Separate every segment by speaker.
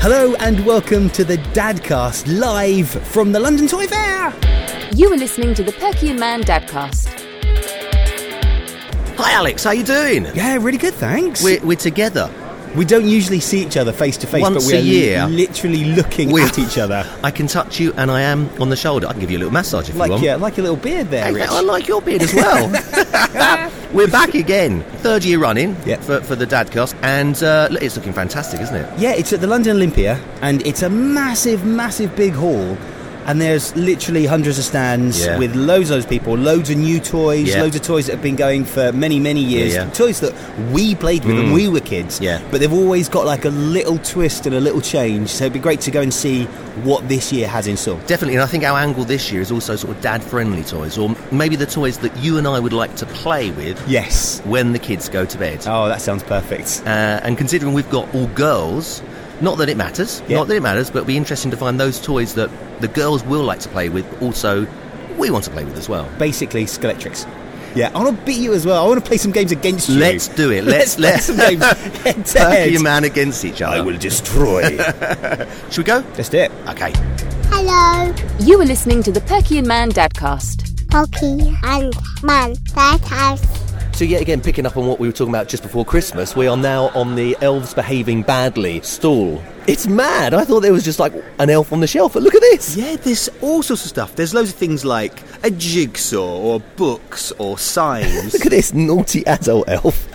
Speaker 1: Hello and welcome to the Dadcast live from the London Toy Fair.
Speaker 2: You are listening to the Perky and Man Dadcast.
Speaker 3: Hi, Alex. How you doing?
Speaker 1: Yeah, really good, thanks.
Speaker 3: We're, we're together.
Speaker 1: we do not usually see each other face to face, but
Speaker 3: Once
Speaker 1: we're
Speaker 3: a year.
Speaker 1: literally looking
Speaker 3: We're-
Speaker 1: at each other.
Speaker 3: I can touch you, and I am on the shoulder. I can give you a little massage if you
Speaker 1: Like
Speaker 3: want.
Speaker 1: your, like your little beard there,
Speaker 3: Hey,
Speaker 1: Rich.
Speaker 3: I like your beard as well. We're back again, third year running
Speaker 1: Yeah.
Speaker 3: for, for the Dadcast, and uh, look, it's looking fantastic, isn't it?
Speaker 1: Yeah, it's at the London Olympia, and it's a massive, massive big hall. And there's literally hundreds of stands
Speaker 3: Yeah.
Speaker 1: with loads of those people, loads of new toys,
Speaker 3: Yeah.
Speaker 1: loads of toys that have been going for many, many years.
Speaker 3: yeah. Mm.
Speaker 1: Toys that we played with when we were kids,
Speaker 3: Yeah.
Speaker 1: but they've always got like a little twist and a little change. So it'd be great to go and see what this year has in store.
Speaker 3: Definitely, and I think our angle this year is also sort of dad-friendly toys, or maybe the toys that you and I would like to play with
Speaker 1: Yes.
Speaker 3: when the kids go to bed.
Speaker 1: Oh, that sounds perfect.
Speaker 3: Uh, and considering we've got all girls, not that it matters,
Speaker 1: Yeah.
Speaker 3: not that it matters, but it'll be interesting to find those toys that the girls will like to play with, but also we want to play with as well.
Speaker 1: Basically, Skeletrix. Yeah, I want to beat you as well. I want to play some games against you.
Speaker 3: Let's do it. Let's-
Speaker 1: play
Speaker 3: let's-
Speaker 1: some games. head to
Speaker 3: Turkey
Speaker 1: head.
Speaker 3: and man against each other.
Speaker 1: destroy.
Speaker 3: Should we go?
Speaker 1: Let's do it.
Speaker 3: Okay.
Speaker 4: Hello,
Speaker 2: You are listening to the Perky and Man Dadcast.
Speaker 4: Pocky and Man. That has
Speaker 3: So yet again, picking up on what we were talking about just before Christmas, we are now on the elves behaving badly stall. It's mad. I thought there was just like an elf on the shelf, but look at this.
Speaker 5: Yeah, there's all sorts of stuff. There's loads of things like a jigsaw or books or signs.
Speaker 3: Look at this naughty adult elf.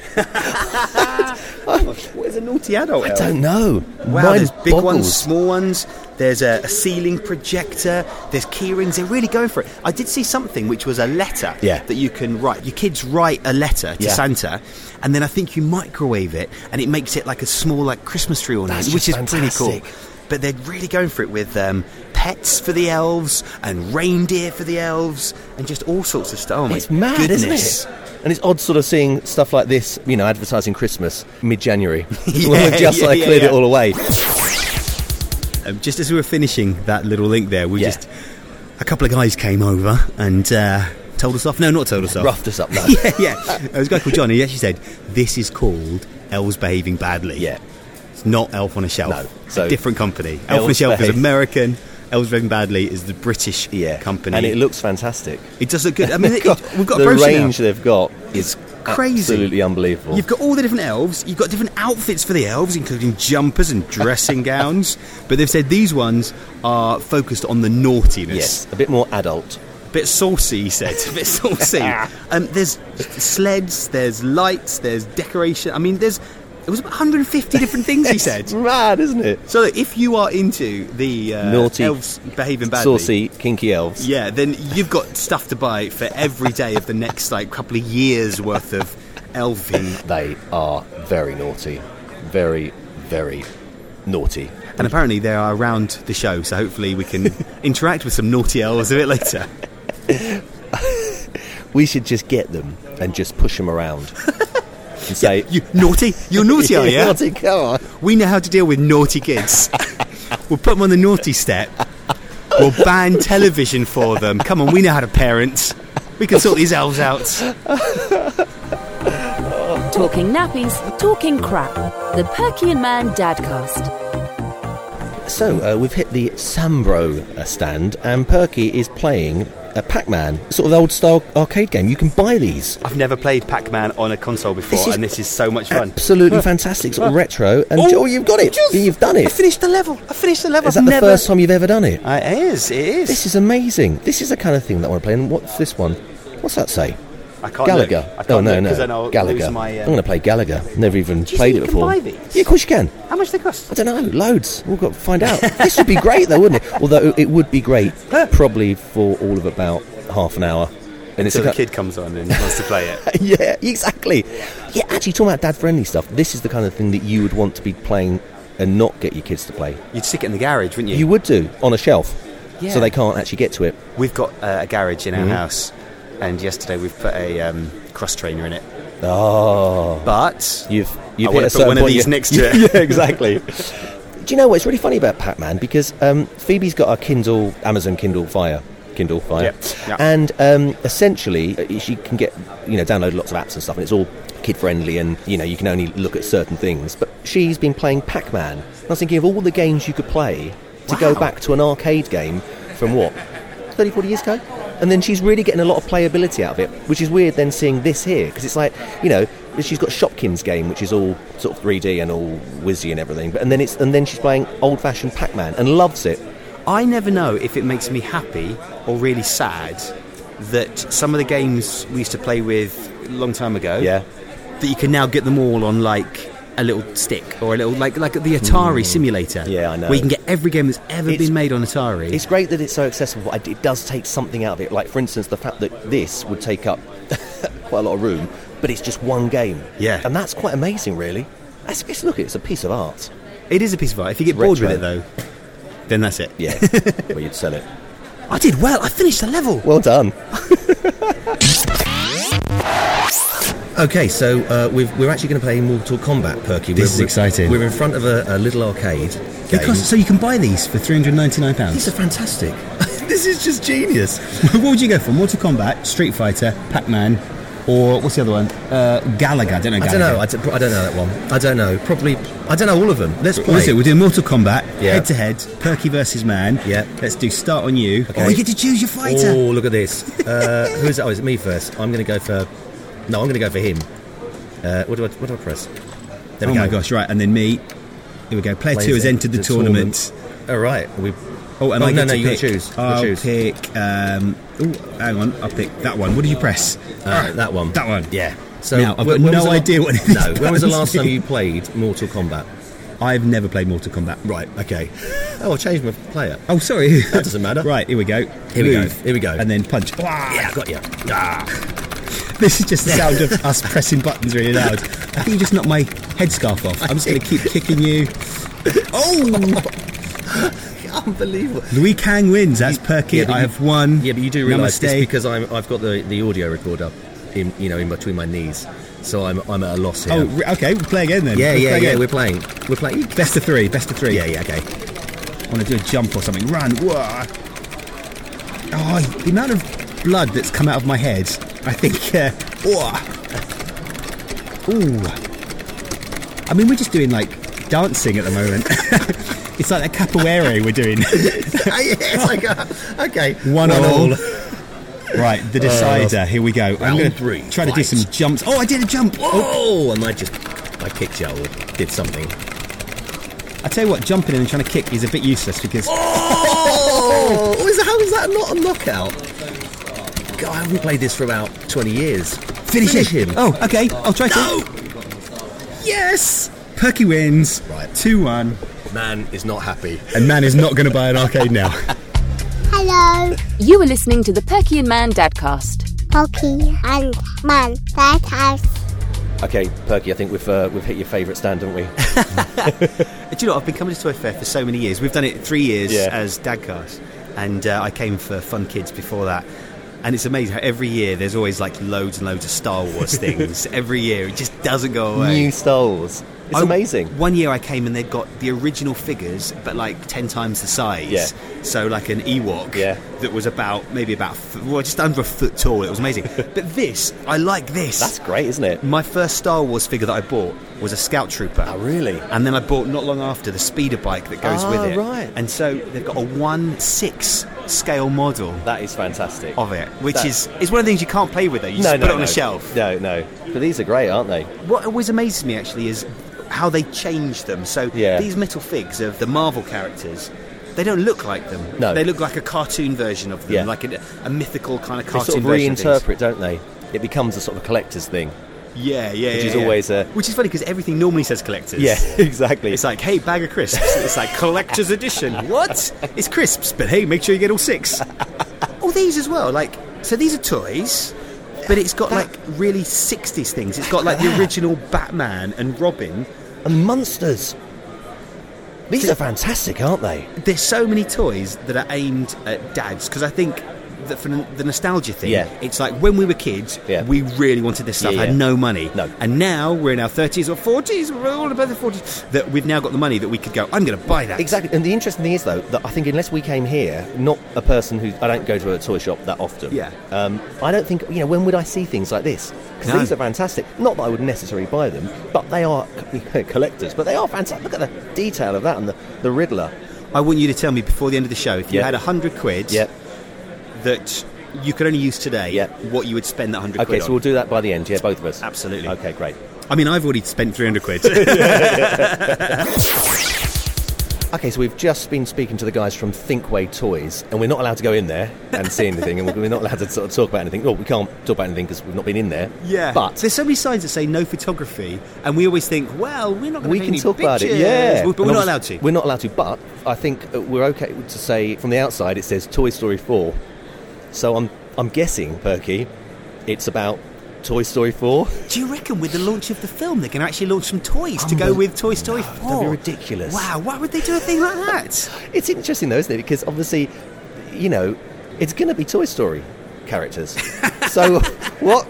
Speaker 5: what is a naughty adult?
Speaker 3: I don't know.
Speaker 5: Wow,
Speaker 3: Mine
Speaker 5: there's big ones,
Speaker 3: boggles.
Speaker 5: small ones. There's a, a ceiling projector. There's key rings. They're really going for it. I did see something which was a letter
Speaker 3: Yeah.
Speaker 5: that you can write. Your kids write a letter to
Speaker 3: Yeah.
Speaker 5: Santa, and then I think you microwave it, and it makes it like a small like Christmas tree ornament,
Speaker 3: That's
Speaker 5: which is
Speaker 3: just
Speaker 5: pretty
Speaker 3: fantastic.
Speaker 5: cool. But they're really going for it with um, pets for the elves and reindeer for the elves and just all sorts of stuff. Oh my
Speaker 3: It's mad,
Speaker 5: goodness.
Speaker 3: isn't it? And it's odd sort of seeing stuff like this, you know, advertising Christmas mid-January.
Speaker 5: Yeah,
Speaker 3: When we've just
Speaker 5: yeah,
Speaker 3: like
Speaker 5: yeah,
Speaker 3: cleared
Speaker 5: yeah.
Speaker 3: it all away.
Speaker 5: Um, just as we were finishing that little link there, we
Speaker 3: Yeah.
Speaker 5: just a couple of guys came over and uh, told us off. No, not told us off.
Speaker 3: Roughed us up now.
Speaker 5: yeah, yeah. There was a guy called John. He actually said, "This is called elves behaving badly."
Speaker 3: Yeah.
Speaker 5: it's not Elf on a Shelf.
Speaker 3: No. So-
Speaker 5: different company. Elf on a
Speaker 3: Elves
Speaker 5: Shelf is
Speaker 3: behave-
Speaker 5: American. Elves behaving badly is the British company.
Speaker 3: And it looks fantastic.
Speaker 5: It does look good. I mean, it,
Speaker 3: God,
Speaker 5: it- we've got
Speaker 3: the
Speaker 5: a brochure now.
Speaker 3: range they've got
Speaker 5: It's
Speaker 3: is
Speaker 5: crazy.
Speaker 3: absolutely unbelievable.
Speaker 5: You've got all the different elves. You've got different outfits for the elves, including jumpers and dressing gowns. But they've said these ones are focused on the naughtiness.
Speaker 3: yes, a bit more adult.
Speaker 5: bit saucy, he said. A bit saucy. um, there's sleds, there's lights, there's decoration. I mean, there's it was about 150 different things he said.
Speaker 3: It's mad, isn't it?
Speaker 5: So look, if you are into the uh,
Speaker 3: Naughty,
Speaker 5: elves behaving badly,
Speaker 3: Saucy, kinky elves.
Speaker 5: yeah, then you've got stuff to buy for every day of the next like couple of years worth of elving.
Speaker 3: They are very naughty. Very, very naughty.
Speaker 5: And apparently they are around the show, so hopefully we can interact with some naughty elves a bit later.
Speaker 3: We should just get them and just push them around. and say,
Speaker 5: You naughty, you're naughty, are you?
Speaker 3: Naughty, come on.
Speaker 5: We know how to deal with naughty kids. we'll put them on the naughty step. We'll ban television for them. Come on, we know how to parent. We can sort these elves out.
Speaker 2: Talking nappies, talking crap. The Perky and Man Dadcast.
Speaker 3: So uh, we've hit the Sambro uh, stand, and Perky is playing a Pac-Man, sort of old-style arcade game. You can buy these.
Speaker 5: I've never played Pac-Man on a console before,
Speaker 3: This is-
Speaker 5: and this is so much fun.
Speaker 3: Absolutely fantastic, sort of retro. And oh, you've got it. You've done
Speaker 5: I
Speaker 3: it.
Speaker 5: finished the level. I finished the level.
Speaker 3: Is that the first time you've ever done it?
Speaker 5: I, it is. It is.
Speaker 3: This is amazing. This is the kind of thing that I want to play. And what's this one? What's that say?
Speaker 5: I can't
Speaker 3: Gallagher.
Speaker 5: Look. I can't
Speaker 3: oh no,
Speaker 5: look, 'cause
Speaker 3: no.
Speaker 5: Then I'll
Speaker 3: Gallagher.
Speaker 5: Lose my,
Speaker 3: I'm
Speaker 5: um,
Speaker 3: going to play Gallagher. Never even
Speaker 5: Do you
Speaker 3: played
Speaker 5: think
Speaker 3: it
Speaker 5: you can
Speaker 3: before.
Speaker 5: buy these?
Speaker 3: Yeah, of course you can.
Speaker 5: How much do they cost?
Speaker 3: I don't know, loads. We've got to find out. this would be great though, wouldn't it? Although it would be great probably for all of about half an hour. And
Speaker 5: Until
Speaker 3: the
Speaker 5: the kid comes on and wants to play it.
Speaker 3: yeah, exactly. Yeah, actually, talking about dad friendly stuff, this is the kind of thing that you would want to be playing and not get your kids to play.
Speaker 5: You'd stick it in the garage, wouldn't you?
Speaker 3: You would do on a shelf.
Speaker 5: Yeah.
Speaker 3: So they can't actually get to it.
Speaker 5: We've got uh, a garage in our
Speaker 3: Mm-hmm.
Speaker 5: house, and yesterday we've put a um, cross trainer in it.
Speaker 3: Oh,
Speaker 5: But
Speaker 3: you've you've
Speaker 5: I
Speaker 3: hit
Speaker 5: wanna
Speaker 3: a
Speaker 5: put
Speaker 3: certain
Speaker 5: one of
Speaker 3: point,
Speaker 5: these
Speaker 3: you-
Speaker 5: next to it.
Speaker 3: yeah, exactly. do you know what's really funny about Pac Man? Because um, Phoebe's got a Kindle, Amazon Kindle Fire. Kindle Fire,
Speaker 5: Yep, yeah.
Speaker 3: and um, essentially uh, she can get you know download lots of apps and stuff, and it's all kid friendly and, you know, you can only look at certain things. But she's been playing Pac Man. I was thinking of all the games you could play to go back to an arcade game from what, 30, 40 years ago? And then she's really getting a lot of playability out of it, which is weird then seeing this here, because it's like, you know, she's got Shopkins game, which is all sort of 3D and all whizzy and everything, but and then it's and then she's playing old fashioned Pac Man and loves it.
Speaker 6: I never know if it makes me happy or really sad that some of the games we used to play with a long time ago,
Speaker 3: Yeah.
Speaker 6: that you can now get them all on like a little stick or a little like like the Atari simulator.
Speaker 3: Mm. Yeah, I know.
Speaker 6: Where you can get every game that's ever
Speaker 3: It's-
Speaker 6: been made on Atari.
Speaker 3: It's great that it's so accessible. but It does take something out of it. Like, for instance, the fact that this would take up quite a lot of room, but it's just one game.
Speaker 6: Yeah.
Speaker 3: And that's quite amazing, really. That's, it's, look, it's a piece of art.
Speaker 6: It is a piece of art. If you get bored with
Speaker 3: retro.
Speaker 6: it though, then that's it.
Speaker 3: Yeah. well, you'd sell it.
Speaker 6: I did well. I finished the level.
Speaker 3: Well done.
Speaker 7: Okay, so uh, we've, we're actually going to play Mortal Kombat, Perky.
Speaker 6: This
Speaker 7: we're,
Speaker 6: is
Speaker 7: we're-
Speaker 6: exciting.
Speaker 7: We're in front of a, a little arcade. Game.
Speaker 6: Because so you can buy these for three hundred ninety nine pounds.
Speaker 7: these are fantastic. this is just genius.
Speaker 6: what would you go for? Mortal Kombat, Street Fighter, Pac Man, or what's the other one? Uh, Galaga. I don't know. Galaga.
Speaker 7: I don't know. I, d- I don't know that one. I don't know. Probably. I don't know all of them. Let's play.
Speaker 6: What is it? We're doing Mortal Kombat,
Speaker 7: Yeah.
Speaker 6: head to head, Perky versus Man.
Speaker 7: Yeah.
Speaker 6: Let's do start on you.
Speaker 7: Okay.
Speaker 6: Oh, you get to choose your fighter.
Speaker 7: Oh, look at this. Uh, who is it? Oh, is it me first? I'm going to go for. No, I'm going to go for him. Uh, what do I? What do I press? There
Speaker 6: Oh
Speaker 7: we go.
Speaker 6: my gosh! Right, and then me. Here we go. Player
Speaker 7: Plays
Speaker 6: two has
Speaker 7: en-
Speaker 6: entered the,
Speaker 7: the
Speaker 6: tournament.
Speaker 7: All right. We.
Speaker 6: Oh, and
Speaker 7: Oh,
Speaker 6: I
Speaker 7: no,
Speaker 6: get
Speaker 7: no,
Speaker 6: to
Speaker 7: you gotta
Speaker 6: pick.
Speaker 7: choose. You gotta
Speaker 6: I'll
Speaker 7: choose.
Speaker 6: pick. Um, oh, hang on. I'll pick that one. What did you press?
Speaker 7: Uh, that one.
Speaker 6: That one.
Speaker 7: Yeah.
Speaker 6: Now, I've got
Speaker 7: when was
Speaker 6: no
Speaker 7: the la-
Speaker 6: idea what any of
Speaker 7: No.
Speaker 6: these
Speaker 7: When was the
Speaker 6: buttons
Speaker 7: last time
Speaker 6: mean.
Speaker 7: you played Mortal Kombat?
Speaker 6: I've never played Mortal Kombat.
Speaker 7: Right. Okay. Oh, I changed my player.
Speaker 6: Oh, sorry.
Speaker 7: That doesn't matter.
Speaker 6: right, here we go.
Speaker 7: Here we go,
Speaker 6: Move.
Speaker 7: here we go.
Speaker 6: And then punch. Ah,
Speaker 7: Yeah, I got you. Ah.
Speaker 6: This is just the sound of us pressing buttons really loud. I think you just knocked my headscarf off. I'm just going to keep kicking you. Oh!
Speaker 7: Unbelievable.
Speaker 6: Louis Kang wins. That's perky.
Speaker 7: yeah, but
Speaker 6: I
Speaker 7: you-
Speaker 6: have won.
Speaker 7: Yeah, but you do realise
Speaker 6: Namaste.
Speaker 7: this because I'm, I've got the, the audio record up, in you know, in between my knees, so I'm I'm at a loss here.
Speaker 6: Oh, re- okay. We'll play again then.
Speaker 7: yeah,
Speaker 6: We'll
Speaker 7: yeah,
Speaker 6: play
Speaker 7: yeah.
Speaker 6: again.
Speaker 7: We're playing. We're playing.
Speaker 6: Best of three. Best of three.
Speaker 7: Yeah, yeah. Okay.
Speaker 6: I want to do a jump or something. Run. Whoa. Oh, the amount of blood that's come out of my head. I think. Uh, whoa. Ooh. I mean, we're just doing like dancing at the moment. it's like a capoeira we're doing.
Speaker 7: it's like a, okay.
Speaker 6: One all. right, the decider. Here we go. I'm
Speaker 7: Uh, round
Speaker 6: going
Speaker 7: three,
Speaker 6: to try to do
Speaker 7: fight.
Speaker 6: some jumps. Oh, I did a jump. Oh,
Speaker 7: Oh, and I just I kicked you out. or Did something.
Speaker 6: I tell you what, jumping and trying to kick is a bit useless because
Speaker 7: Oh, is that, how is that not a knockout? God, I haven't played this for about 20 years.
Speaker 6: finish, it.
Speaker 7: him.
Speaker 6: Oh, okay. I'll try
Speaker 7: No!
Speaker 6: to. Yes. Perky wins.
Speaker 7: Right.
Speaker 6: two one.
Speaker 7: Man is not happy.
Speaker 6: And man is not going to buy an arcade now.
Speaker 4: Hello,
Speaker 2: You were listening to the Perky and Man Dadcast.
Speaker 4: Pocky and Man That House.
Speaker 3: Okay, Perky, I think we've, uh, we've hit your favourite stand, haven't we?
Speaker 6: Do you know, what? I've been coming to Toy Fair for so many years. We've done it three years
Speaker 3: Yeah.
Speaker 6: as Dadcast, and uh, I came for Fun Kids before that. And it's amazing how every year there's always like loads and loads of Star Wars things. every year it just doesn't go away.
Speaker 3: New Star Wars. It's
Speaker 6: I-
Speaker 3: amazing.
Speaker 6: One year I came and they'd got the original figures, but like ten times the size.
Speaker 3: Yeah.
Speaker 6: So like an Ewok.
Speaker 3: Yeah.
Speaker 6: That was about maybe about f- well just under a foot tall. It was amazing. but this, I like this.
Speaker 3: That's great, isn't it?
Speaker 6: My first Star Wars figure that I bought was a Scout Trooper.
Speaker 3: Oh, really?
Speaker 6: And then I bought not long after the speeder bike that goes
Speaker 3: Ah,
Speaker 6: with it.
Speaker 3: right.
Speaker 6: And so they've got a one six scale model
Speaker 3: That is fantastic.
Speaker 6: of it, which
Speaker 3: That-
Speaker 6: is is one of the things you can't play with though. You just put it on a shelf.
Speaker 3: No, no. But these are great, aren't they?
Speaker 6: What always amazes me actually is how they change them. So
Speaker 3: Yeah.
Speaker 6: these metal figs of the Marvel characters, they don't look like them.
Speaker 3: No.
Speaker 6: They look like a cartoon version of them,
Speaker 3: Yeah.
Speaker 6: like a, a mythical kind of
Speaker 3: They
Speaker 6: cartoon
Speaker 3: sort of
Speaker 6: version. of things.
Speaker 3: reinterpret, don't they? It becomes a sort of a collector's thing.
Speaker 6: yeah, yeah,
Speaker 3: which
Speaker 6: yeah,
Speaker 3: is
Speaker 6: yeah.
Speaker 3: always a-
Speaker 6: which is funny because everything normally says collectors.
Speaker 3: exactly.
Speaker 6: It's like, hey, bag of crisps. It's like collector's edition. What? It's crisps, but hey, make sure you get all six. All these as well. Like, so these are toys, but it's got like really 60s things. It's got like the original Batman and Robin.
Speaker 3: and monsters. These are fantastic, aren't they?
Speaker 6: There's so many toys that are aimed at dads because I think that for n- the nostalgia thing,
Speaker 3: Yeah.
Speaker 6: it's like when we were kids,
Speaker 3: Yeah.
Speaker 6: we really wanted this stuff,
Speaker 3: Yeah, yeah.
Speaker 6: had no money.
Speaker 3: No.
Speaker 6: And now we're in our 30s or 40s, we're all about the 40s, that we've now got the money that we could go, I'm going to buy that.
Speaker 3: Exactly. And the interesting thing is, though, that I think unless we came here, not a person who I don't go to a toy shop that often.
Speaker 6: Yeah.
Speaker 3: Um, I don't think you know when would I see things like this? Because
Speaker 6: No.
Speaker 3: these are fantastic. Not that I would necessarily buy them, but they are collectors. But they are fantastic. Look at the detail of that and the, the Riddler.
Speaker 6: I want you to tell me before the end of the show if you
Speaker 3: Yeah.
Speaker 6: had 100 quid
Speaker 3: Yeah.
Speaker 6: that you could only use today,
Speaker 3: Yeah.
Speaker 6: what you would spend that 100
Speaker 3: Okay,
Speaker 6: quid
Speaker 3: so
Speaker 6: on.
Speaker 3: we'll do that by the end. Yeah, both of us.
Speaker 6: Absolutely.
Speaker 3: Okay, great.
Speaker 6: I mean, I've already spent 300 quid.
Speaker 3: Okay, so we've just been speaking to the guys from Thinkway Toys, and we're not allowed to go in there and see anything, and we're not allowed to sort of talk about anything. Well, we can't talk about anything because we've not been in there.
Speaker 6: yeah.
Speaker 3: But
Speaker 6: There's so many signs that say no photography, and we always think, well, we're not going to
Speaker 3: we
Speaker 6: take
Speaker 3: can
Speaker 6: any
Speaker 3: talk about it,
Speaker 6: pictures.
Speaker 3: yeah.
Speaker 6: But
Speaker 3: And
Speaker 6: we're not
Speaker 3: obviously-
Speaker 6: allowed to.
Speaker 3: We're not allowed to, but I think uh, we're okay to say from the outside it says Toy Story 4. So I'm I'm guessing, Perky, it's about Toy Story 4.
Speaker 6: Do you reckon with the launch of the film, they can actually launch some toys to go with Toy Story 4?
Speaker 3: that'd be ridiculous.
Speaker 6: Wow, why would they do a thing like that?
Speaker 3: It's interesting though, isn't it? Because obviously, you know, it's going to be Toy Story characters. so what?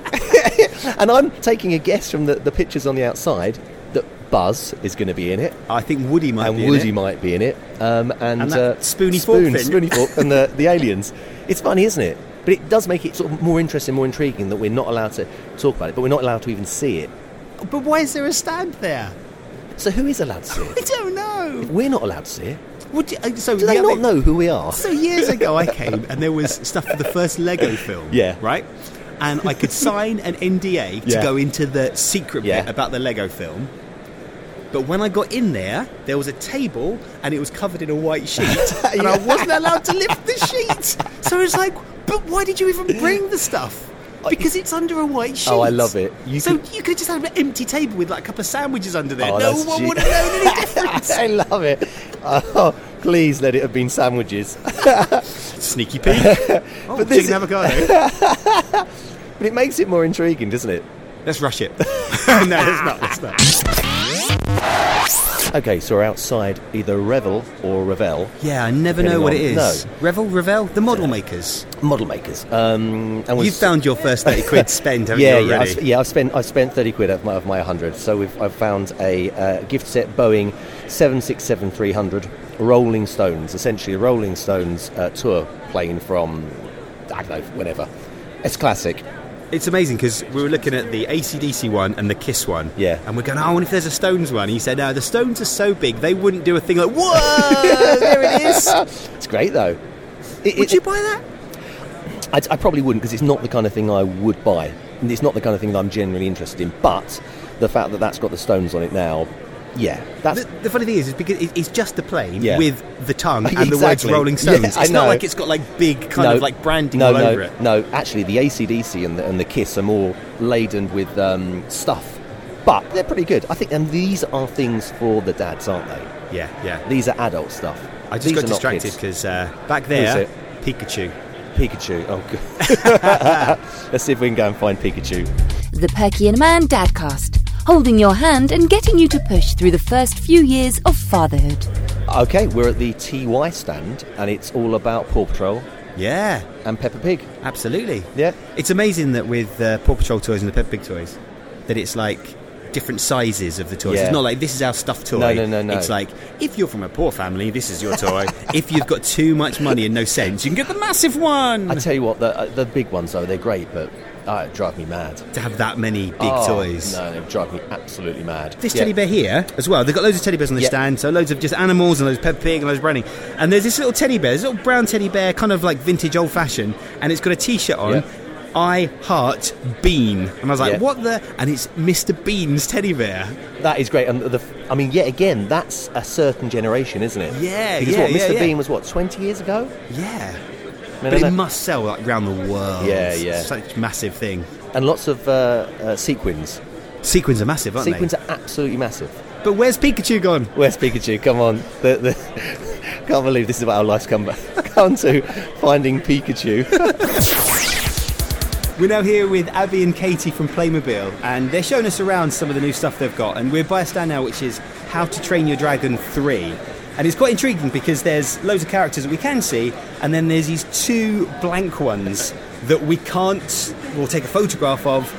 Speaker 3: and I'm taking a guess from the, the pictures on the outside that Buzz is going to be in it.
Speaker 6: I think Woody might
Speaker 3: and
Speaker 6: be in
Speaker 3: Woody
Speaker 6: it.
Speaker 3: might be in it, um, and,
Speaker 6: And that
Speaker 3: uh,
Speaker 6: spoony fork
Speaker 3: spoon,
Speaker 6: thing.
Speaker 3: spoony fork, and the, the aliens. It's funny, isn't it? But it does make it sort of more interesting, more intriguing that we're not allowed to talk about it, but we're not allowed to even see it.
Speaker 6: But why is there a stand there?
Speaker 3: So who is allowed to see
Speaker 6: I
Speaker 3: it?
Speaker 6: don't know.
Speaker 3: We're not allowed to see it.
Speaker 6: Would you, uh, so
Speaker 3: Do they
Speaker 6: yeah,
Speaker 3: not
Speaker 6: they-
Speaker 3: know who we are?
Speaker 6: So years ago, I came and there was stuff for the first Lego film.
Speaker 3: Yeah.
Speaker 6: Right? And I could sign an NDA to
Speaker 3: Yeah.
Speaker 6: go into the secret bit
Speaker 3: Yeah.
Speaker 6: about the Lego film. But when I got in there, there was a table and it was covered in a white sheet. And I wasn't allowed to lift the sheet. So it's like, but why did you even bring the stuff? Because it's under a white sheet.
Speaker 3: Oh, I love it. You
Speaker 6: so
Speaker 3: could-
Speaker 6: you could just have an empty table with like a couple of sandwiches under there.
Speaker 3: Oh,
Speaker 6: no
Speaker 3: that's
Speaker 6: one
Speaker 3: ge-
Speaker 6: would have known any difference.
Speaker 3: I love it. Oh, please let it have been sandwiches.
Speaker 6: Sneaky peek. Oh,
Speaker 3: But this-
Speaker 6: chicken avocado.
Speaker 3: But it makes it more intriguing, doesn't it?
Speaker 6: Let's rush it. no, let's not. Let's not.
Speaker 3: Okay, so we're outside either Revel or Revel.
Speaker 6: Yeah, I never
Speaker 3: Depending
Speaker 6: know what
Speaker 3: on-
Speaker 6: it is.
Speaker 3: no.
Speaker 6: Revel, Revel, the model makers.
Speaker 3: Model makers. Um, and we've
Speaker 6: You've found your first 30 quid spend, haven't
Speaker 3: yeah,
Speaker 6: you,
Speaker 3: yeah, I've,
Speaker 6: already?
Speaker 3: sp- yeah. I've spent I've spent thirty quid of my of my hundred. So we've I've found a uh, gift set Boeing seven six seven three hundred Rolling Stones, essentially a Rolling Stones uh, tour plane from I don't know whenever. It's classic.
Speaker 6: It's amazing because we were looking at the ACDC one and the Kiss one.
Speaker 3: Yeah.
Speaker 6: And we're going, oh, I wonder if there's a Stones one. And you said, no, the Stones are so big, they wouldn't do a thing like, whoa, there it is.
Speaker 3: It's great though. It-
Speaker 6: Would
Speaker 3: it-
Speaker 6: you buy that?
Speaker 3: I, I probably wouldn't because it's not the kind of thing I would buy. And It's not the kind of thing that I'm generally interested in. But the fact that that's got the Stones on it now, yeah, that's
Speaker 6: The, the funny thing is, is because it- it's just the plane
Speaker 3: Yeah.
Speaker 6: with the tongue and the words
Speaker 3: Exactly.
Speaker 6: Rolling
Speaker 3: Yeah,
Speaker 6: Stones.
Speaker 3: I
Speaker 6: it's not
Speaker 3: know.
Speaker 6: like it's got like big kind of like branding
Speaker 3: no,
Speaker 6: all
Speaker 3: no,
Speaker 6: over it.
Speaker 3: No, actually, the ACDC and the, and the Kiss are more laden with um, stuff, but they're pretty good. I think, and these are things for the dads, aren't they?
Speaker 6: Yeah, yeah.
Speaker 3: These are adult stuff.
Speaker 6: I just
Speaker 3: These
Speaker 6: got
Speaker 3: are not
Speaker 6: distracted
Speaker 3: kids.
Speaker 6: because uh, back
Speaker 3: Who
Speaker 6: there,
Speaker 3: is it?
Speaker 6: Pikachu.
Speaker 3: Pikachu. Oh, good. Let's see if we can go and find Pikachu.
Speaker 2: The Perky and Man Dadcast, holding your hand and getting you to push through the first few years of fatherhood.
Speaker 3: Okay, we're at the TY stand, and it's all about Paw Patrol
Speaker 6: Yeah,
Speaker 3: and Peppa Pig.
Speaker 6: absolutely.
Speaker 3: Yeah.
Speaker 6: It's amazing that with uh, Paw Patrol toys and the Peppa Pig toys, that it's like different sizes of the toys.
Speaker 3: Yeah.
Speaker 6: It's not like this is our stuffed toy.
Speaker 3: No, no, no, no.
Speaker 6: It's like if you're from a poor family, this is your toy. if you've got too much money and no sense, you can get the massive one.
Speaker 3: I tell you what, the, uh, the big ones though, they're great, but uh, it drive me mad.
Speaker 6: to have that many big
Speaker 3: Oh,
Speaker 6: toys.
Speaker 3: No, they drive me absolutely mad.
Speaker 6: This
Speaker 3: Yeah.
Speaker 6: teddy bear here as well. They've got loads of teddy bears on the
Speaker 3: Yeah.
Speaker 6: stand, so loads of just animals and loads of Peppa Pig and loads of running. And there's this little teddy bear, this little brown teddy bear, kind of like vintage old fashioned, and it's got a t shirt on.
Speaker 3: Yeah.
Speaker 6: I heart Bean, and I was like,
Speaker 3: Yeah.
Speaker 6: "What the?" And it's Mr. Bean's teddy bear.
Speaker 3: That is great, and the, I mean, yet again, that's a certain generation, isn't it?
Speaker 6: Yeah,
Speaker 3: because
Speaker 6: yeah,
Speaker 3: what
Speaker 6: yeah,
Speaker 3: Mr.
Speaker 6: yeah.
Speaker 3: Bean was what twenty years ago.
Speaker 6: Yeah,
Speaker 3: No,
Speaker 6: but
Speaker 3: no, no.
Speaker 6: it must sell like round the world.
Speaker 3: Yeah,
Speaker 6: It's
Speaker 3: yeah.
Speaker 6: Such a massive thing.
Speaker 3: and lots of uh, uh, sequins.
Speaker 6: Sequins are massive, aren't
Speaker 3: Sequins
Speaker 6: they?
Speaker 3: are absolutely massive.
Speaker 6: But where's Pikachu gone?
Speaker 3: Where's Pikachu? Come on, the, the, can't believe this is about our life's come back. Come to finding Pikachu.
Speaker 6: We're now here with Abby and Katie from Playmobil, and they're showing us around some of the new stuff they've got. And we're by a stand now, which is How to Train Your Dragon 3.
Speaker 5: And it's quite intriguing because there's loads of characters that we can see, and then there's these two blank ones that we can't, well, take a photograph of,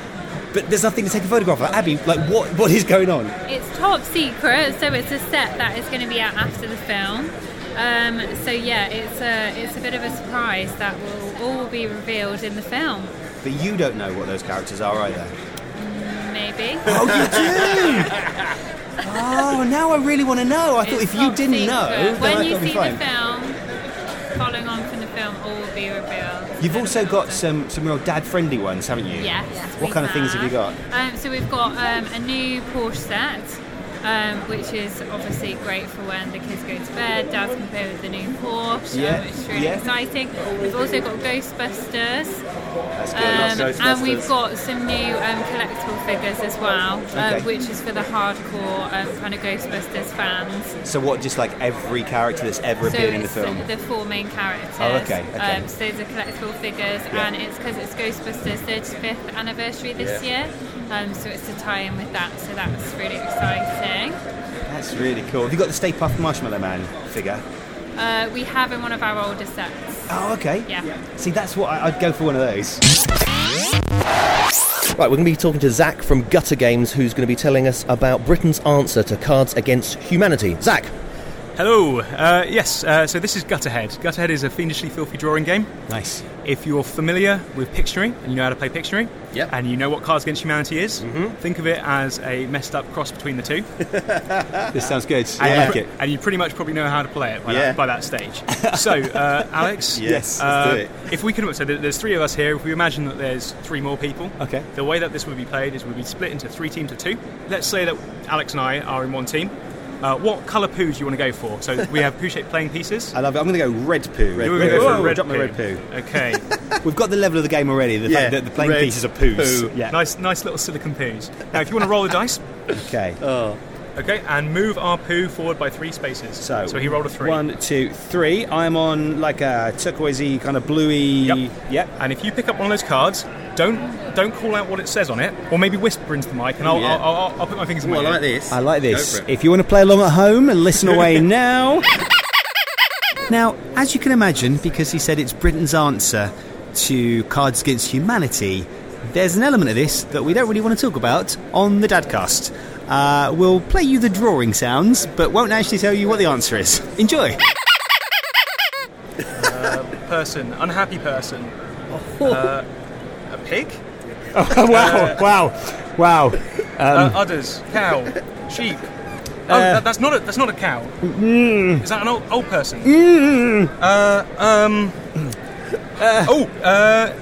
Speaker 5: but there's nothing to take a photograph of. Abby, like, what, what is going on?
Speaker 8: It's top secret, so it's a set that is going to be out after the film. Um, so yeah, it's a it's a bit of a surprise that will all be revealed in the film,
Speaker 5: But you don't know what those characters are either.
Speaker 8: maybe.
Speaker 5: Oh, you do? oh, now I really want to know. I thought if
Speaker 8: It's
Speaker 5: you
Speaker 8: top
Speaker 5: didn't
Speaker 8: secret.
Speaker 5: know, then
Speaker 8: when
Speaker 5: I thought
Speaker 8: you
Speaker 5: it'd be
Speaker 8: see
Speaker 5: fine.
Speaker 8: the film, following on from the film, all will be revealed.
Speaker 5: You've also got some, some real dad friendly ones, haven't you?
Speaker 8: Yes.
Speaker 5: What
Speaker 8: we
Speaker 5: kind of things have you got?
Speaker 8: Um, so we've got um, a new Porsche set, um, which is obviously great for when the kids go to bed. Dad can play with the new Porsche, um,
Speaker 5: Yeah,
Speaker 8: which is really
Speaker 5: yeah.
Speaker 8: exciting. We've also got Ghostbusters,
Speaker 5: That's good.
Speaker 8: um, and we've
Speaker 5: Ghostbusters.
Speaker 8: got some new um, collectible figures as well, um,
Speaker 5: Okay.
Speaker 8: which is for the hardcore um, kind of Ghostbusters fans.
Speaker 5: So what? Just like every character that's ever
Speaker 8: So
Speaker 5: appeared in the
Speaker 8: it's
Speaker 5: film.
Speaker 8: The four main characters.
Speaker 5: Oh, okay, okay.
Speaker 8: Um, so those are collectible figures, and it's because it's Ghostbusters 35th anniversary this year. Um, so it's to tie in with that. So that's really exciting.
Speaker 5: That's really cool. Have you got the Stay Puft Marshmallow Man figure?
Speaker 8: Uh, we have in one of our older sets.
Speaker 5: Oh, okay.
Speaker 8: Yeah.
Speaker 5: See, that's what I, I'd go for one of those.
Speaker 3: Right, we're going to be talking to Zach from Gutter Games, who's going to be telling us about Britain's answer to Cards Against Humanity. Zach,
Speaker 9: Hello. Uh, yes, uh, so this is Gutterhead. Gutterhead is a fiendishly filthy drawing game.
Speaker 5: Nice.
Speaker 9: If you're familiar with Pictionary and you know how to play Pictionary,
Speaker 3: Yep.
Speaker 9: and you know what Cards Against Humanity is,
Speaker 5: Mm-hmm.
Speaker 9: think of it as a messed up cross between the two.
Speaker 5: This sounds good.
Speaker 9: And,
Speaker 5: I
Speaker 9: you
Speaker 5: like
Speaker 9: pr-
Speaker 5: it.
Speaker 9: and you pretty much probably know how to play it by,
Speaker 5: Yeah.
Speaker 9: that, by that stage. so, uh, Alex,
Speaker 5: Yes, let's
Speaker 9: uh,
Speaker 5: do it.
Speaker 9: if we can, so there- there's three of us here. If we imagine that there's three more people,
Speaker 5: Okay.
Speaker 9: The way that this would be played is we'd be split into three teams of two. Let's say that Alex and I are in one team. Uh, what colour poo do you want to go for? So we have poo-shaped playing pieces.
Speaker 5: I love it. I'm going to go red poo. Red,
Speaker 9: You wanna
Speaker 5: red,
Speaker 9: go for
Speaker 5: Whoa,
Speaker 9: red
Speaker 5: drop my
Speaker 9: poo?
Speaker 5: red poo.
Speaker 9: Okay,
Speaker 5: We've got the level of the game already. The
Speaker 6: Yeah,
Speaker 5: fact that the playing
Speaker 6: red
Speaker 5: pieces are poos.
Speaker 6: poo.
Speaker 5: Yeah.
Speaker 9: nice, nice little silicon poos. Now, if you want to roll the dice,
Speaker 5: Okay.
Speaker 9: okay, and move our poo forward by three spaces.
Speaker 5: So,
Speaker 9: he rolled a three.
Speaker 5: One, two, three. I'm on like a turquoisey kind of bluey.
Speaker 9: Yep.
Speaker 5: Yep.
Speaker 9: And if you pick up one of those cards, don't don't call out what it says on it, or maybe whisper into the mic, and I'll,
Speaker 6: yeah.
Speaker 9: I'll, I'll, I'll put my fingers in
Speaker 6: Ooh,
Speaker 9: my
Speaker 6: I
Speaker 9: ear.
Speaker 6: like this.
Speaker 5: I like this.
Speaker 6: Go for it.
Speaker 5: If you want to play along at home and listen away now. now, as you can imagine, because he said it's Britain's answer to Cards Against Humanity, there's an element of this that we don't really want to talk about on the Dadcast. Uh, we'll play you the drawing sounds, but won't actually tell you what the answer is. Enjoy.
Speaker 9: Person, unhappy person.
Speaker 5: Oh.
Speaker 9: Uh, a pig?
Speaker 5: wow! Wow! Wow! Um.
Speaker 9: uh, udders, cow, sheep.
Speaker 5: Uh.
Speaker 9: Oh, that, that's not a that's not a cow.
Speaker 5: Mm.
Speaker 9: Is that an old, old person? Uh, um. oh, uh.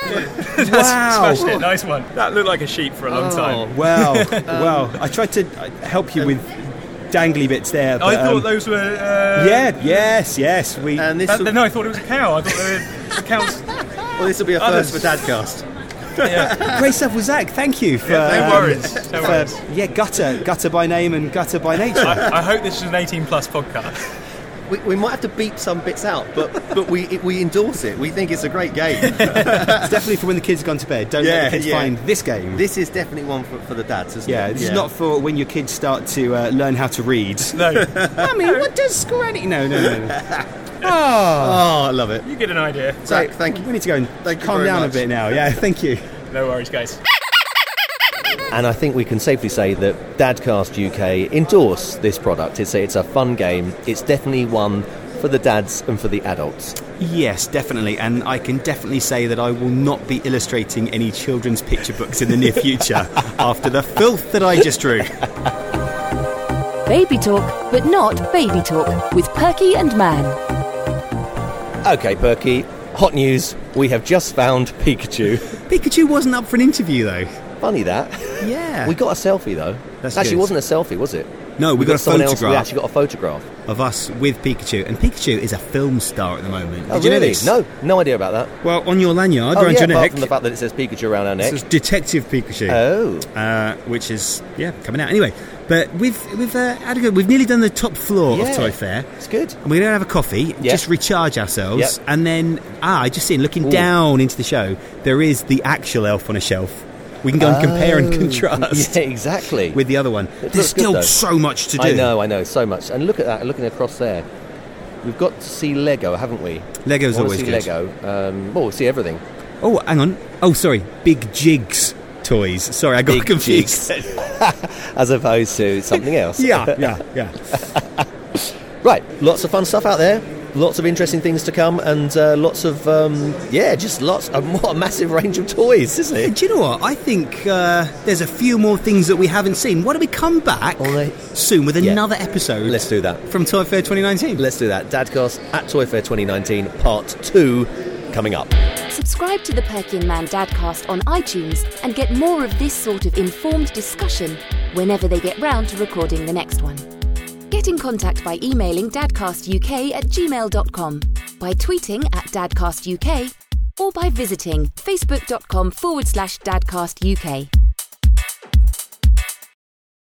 Speaker 9: that's
Speaker 5: Wow.
Speaker 9: smashed it. Nice one. Oh, That looked like a sheep for a
Speaker 5: Oh.
Speaker 9: long time.
Speaker 5: Wow! Wow! I tried to uh, help you with dangly bits there. But,
Speaker 9: I thought
Speaker 5: um,
Speaker 9: those were. Uh,
Speaker 5: yeah. Yes. Yes. We.
Speaker 6: And this
Speaker 9: That,
Speaker 6: will,
Speaker 9: no, I thought it was a cow. I thought they were cows.
Speaker 6: well, this will be a
Speaker 9: others.
Speaker 6: first for Dadcast.
Speaker 5: Great stuff with Zach. Thank you for.
Speaker 6: no
Speaker 5: um,
Speaker 9: worries. No
Speaker 5: for-
Speaker 9: worries.
Speaker 5: yeah, gutter, gutter by name and gutter by nature.
Speaker 9: I, I hope this is an 18 plus podcast.
Speaker 7: We, we might have to beep some bits out, but but we it, we endorse it. We think it's a great game.
Speaker 5: it's definitely for when the kids have gone to bed. Don't let
Speaker 7: Yeah,
Speaker 5: the kids
Speaker 7: yeah.
Speaker 5: find this game.
Speaker 7: this is definitely one for, for the dads, isn't
Speaker 5: yeah,
Speaker 7: it?
Speaker 5: this is not for when your kids start to uh, learn how to read.
Speaker 9: No,
Speaker 5: Mummy, what does Scranny? No, no, no. no.
Speaker 7: Oh, I love it.
Speaker 9: you get an idea.
Speaker 7: Zach, thank
Speaker 5: We
Speaker 7: you.
Speaker 5: need to go and
Speaker 7: Thank you
Speaker 5: calm
Speaker 7: very
Speaker 5: down a
Speaker 7: much.
Speaker 5: bit now. Yeah, thank you.
Speaker 9: No worries, guys.
Speaker 3: and I think we can safely say that Dadcast UK endorse this product. It's a, it's a fun game. It's definitely one for the dads and for the adults.
Speaker 5: Yes, definitely, and I can definitely say that I will not be illustrating any children's picture books in the near future after the filth that I just drew.
Speaker 2: Baby talk, but not baby talk, with Perky and Man.
Speaker 3: Okay, Perky. Hot news. We have just found Pikachu.
Speaker 5: Pikachu wasn't up for an interview though.
Speaker 3: Funny that.
Speaker 5: Yeah,
Speaker 3: We got a selfie though.
Speaker 5: That's
Speaker 3: actually
Speaker 5: good.
Speaker 3: wasn't a selfie, was it?
Speaker 5: no, we, got, a
Speaker 3: someone else. We
Speaker 5: photograph.
Speaker 3: actually got a photograph.
Speaker 5: of us with Pikachu, and Pikachu is a film star at the moment.
Speaker 3: Oh,
Speaker 5: Did you know
Speaker 3: really?
Speaker 5: this?
Speaker 3: No, no idea about that.
Speaker 5: Well, on your lanyard
Speaker 3: oh,
Speaker 5: around
Speaker 3: yeah,
Speaker 5: your
Speaker 3: apart
Speaker 5: neck,
Speaker 3: from the fact that it says Pikachu around our neck.
Speaker 5: this is Detective Pikachu,
Speaker 3: Oh,
Speaker 5: uh, which is yeah coming out anyway. But we've we've uh, had a good. We've nearly done the top floor
Speaker 3: Yeah.
Speaker 5: of Toy Fair.
Speaker 3: it's good.
Speaker 5: And we're going to have a coffee,
Speaker 3: Yeah.
Speaker 5: just recharge ourselves,
Speaker 3: Yeah.
Speaker 5: and then ah, I just seen looking
Speaker 3: Ooh.
Speaker 5: down into the show. There is the actual elf on a shelf. We can go and compare and contrast
Speaker 3: Oh, Yeah, exactly.
Speaker 5: with the other one. There's
Speaker 3: looks good,
Speaker 5: still
Speaker 3: though.
Speaker 5: so much to do.
Speaker 3: I know, I know, so much. And look at that, looking across there. We've got to see Lego, haven't we?
Speaker 5: Lego's
Speaker 3: I wanna
Speaker 5: always
Speaker 3: see
Speaker 5: good.
Speaker 3: Lego. Um, well, we'll see everything.
Speaker 5: Oh, hang on. Oh, sorry. Big Jigs toys. Sorry, I got
Speaker 3: Big
Speaker 5: confused.
Speaker 3: As opposed to something else.
Speaker 5: yeah, yeah, yeah.
Speaker 3: Right, lots of fun stuff out there. Lots of interesting things to come, and uh, lots of um, yeah, just lots. And what a massive range of toys, isn't
Speaker 5: Yeah,
Speaker 3: it?
Speaker 5: do you know what? I think uh, there's a few more things that we haven't seen. Why don't we come back
Speaker 3: All right.
Speaker 5: soon with
Speaker 3: Yeah.
Speaker 5: another episode
Speaker 3: Let's do that.
Speaker 5: from Toy Fair 2019?
Speaker 3: Let's do that. Dadcast at Toy Fair 2019, part two, coming up.
Speaker 2: Subscribe to the Perkin Man Dadcast on iTunes and get more of this sort of informed discussion whenever they get round to recording the next one. Get in contact by emailing dadcastuk at gmail.com, by tweeting at dadcastuk, or by visiting facebook.com forward slash dadcastuk.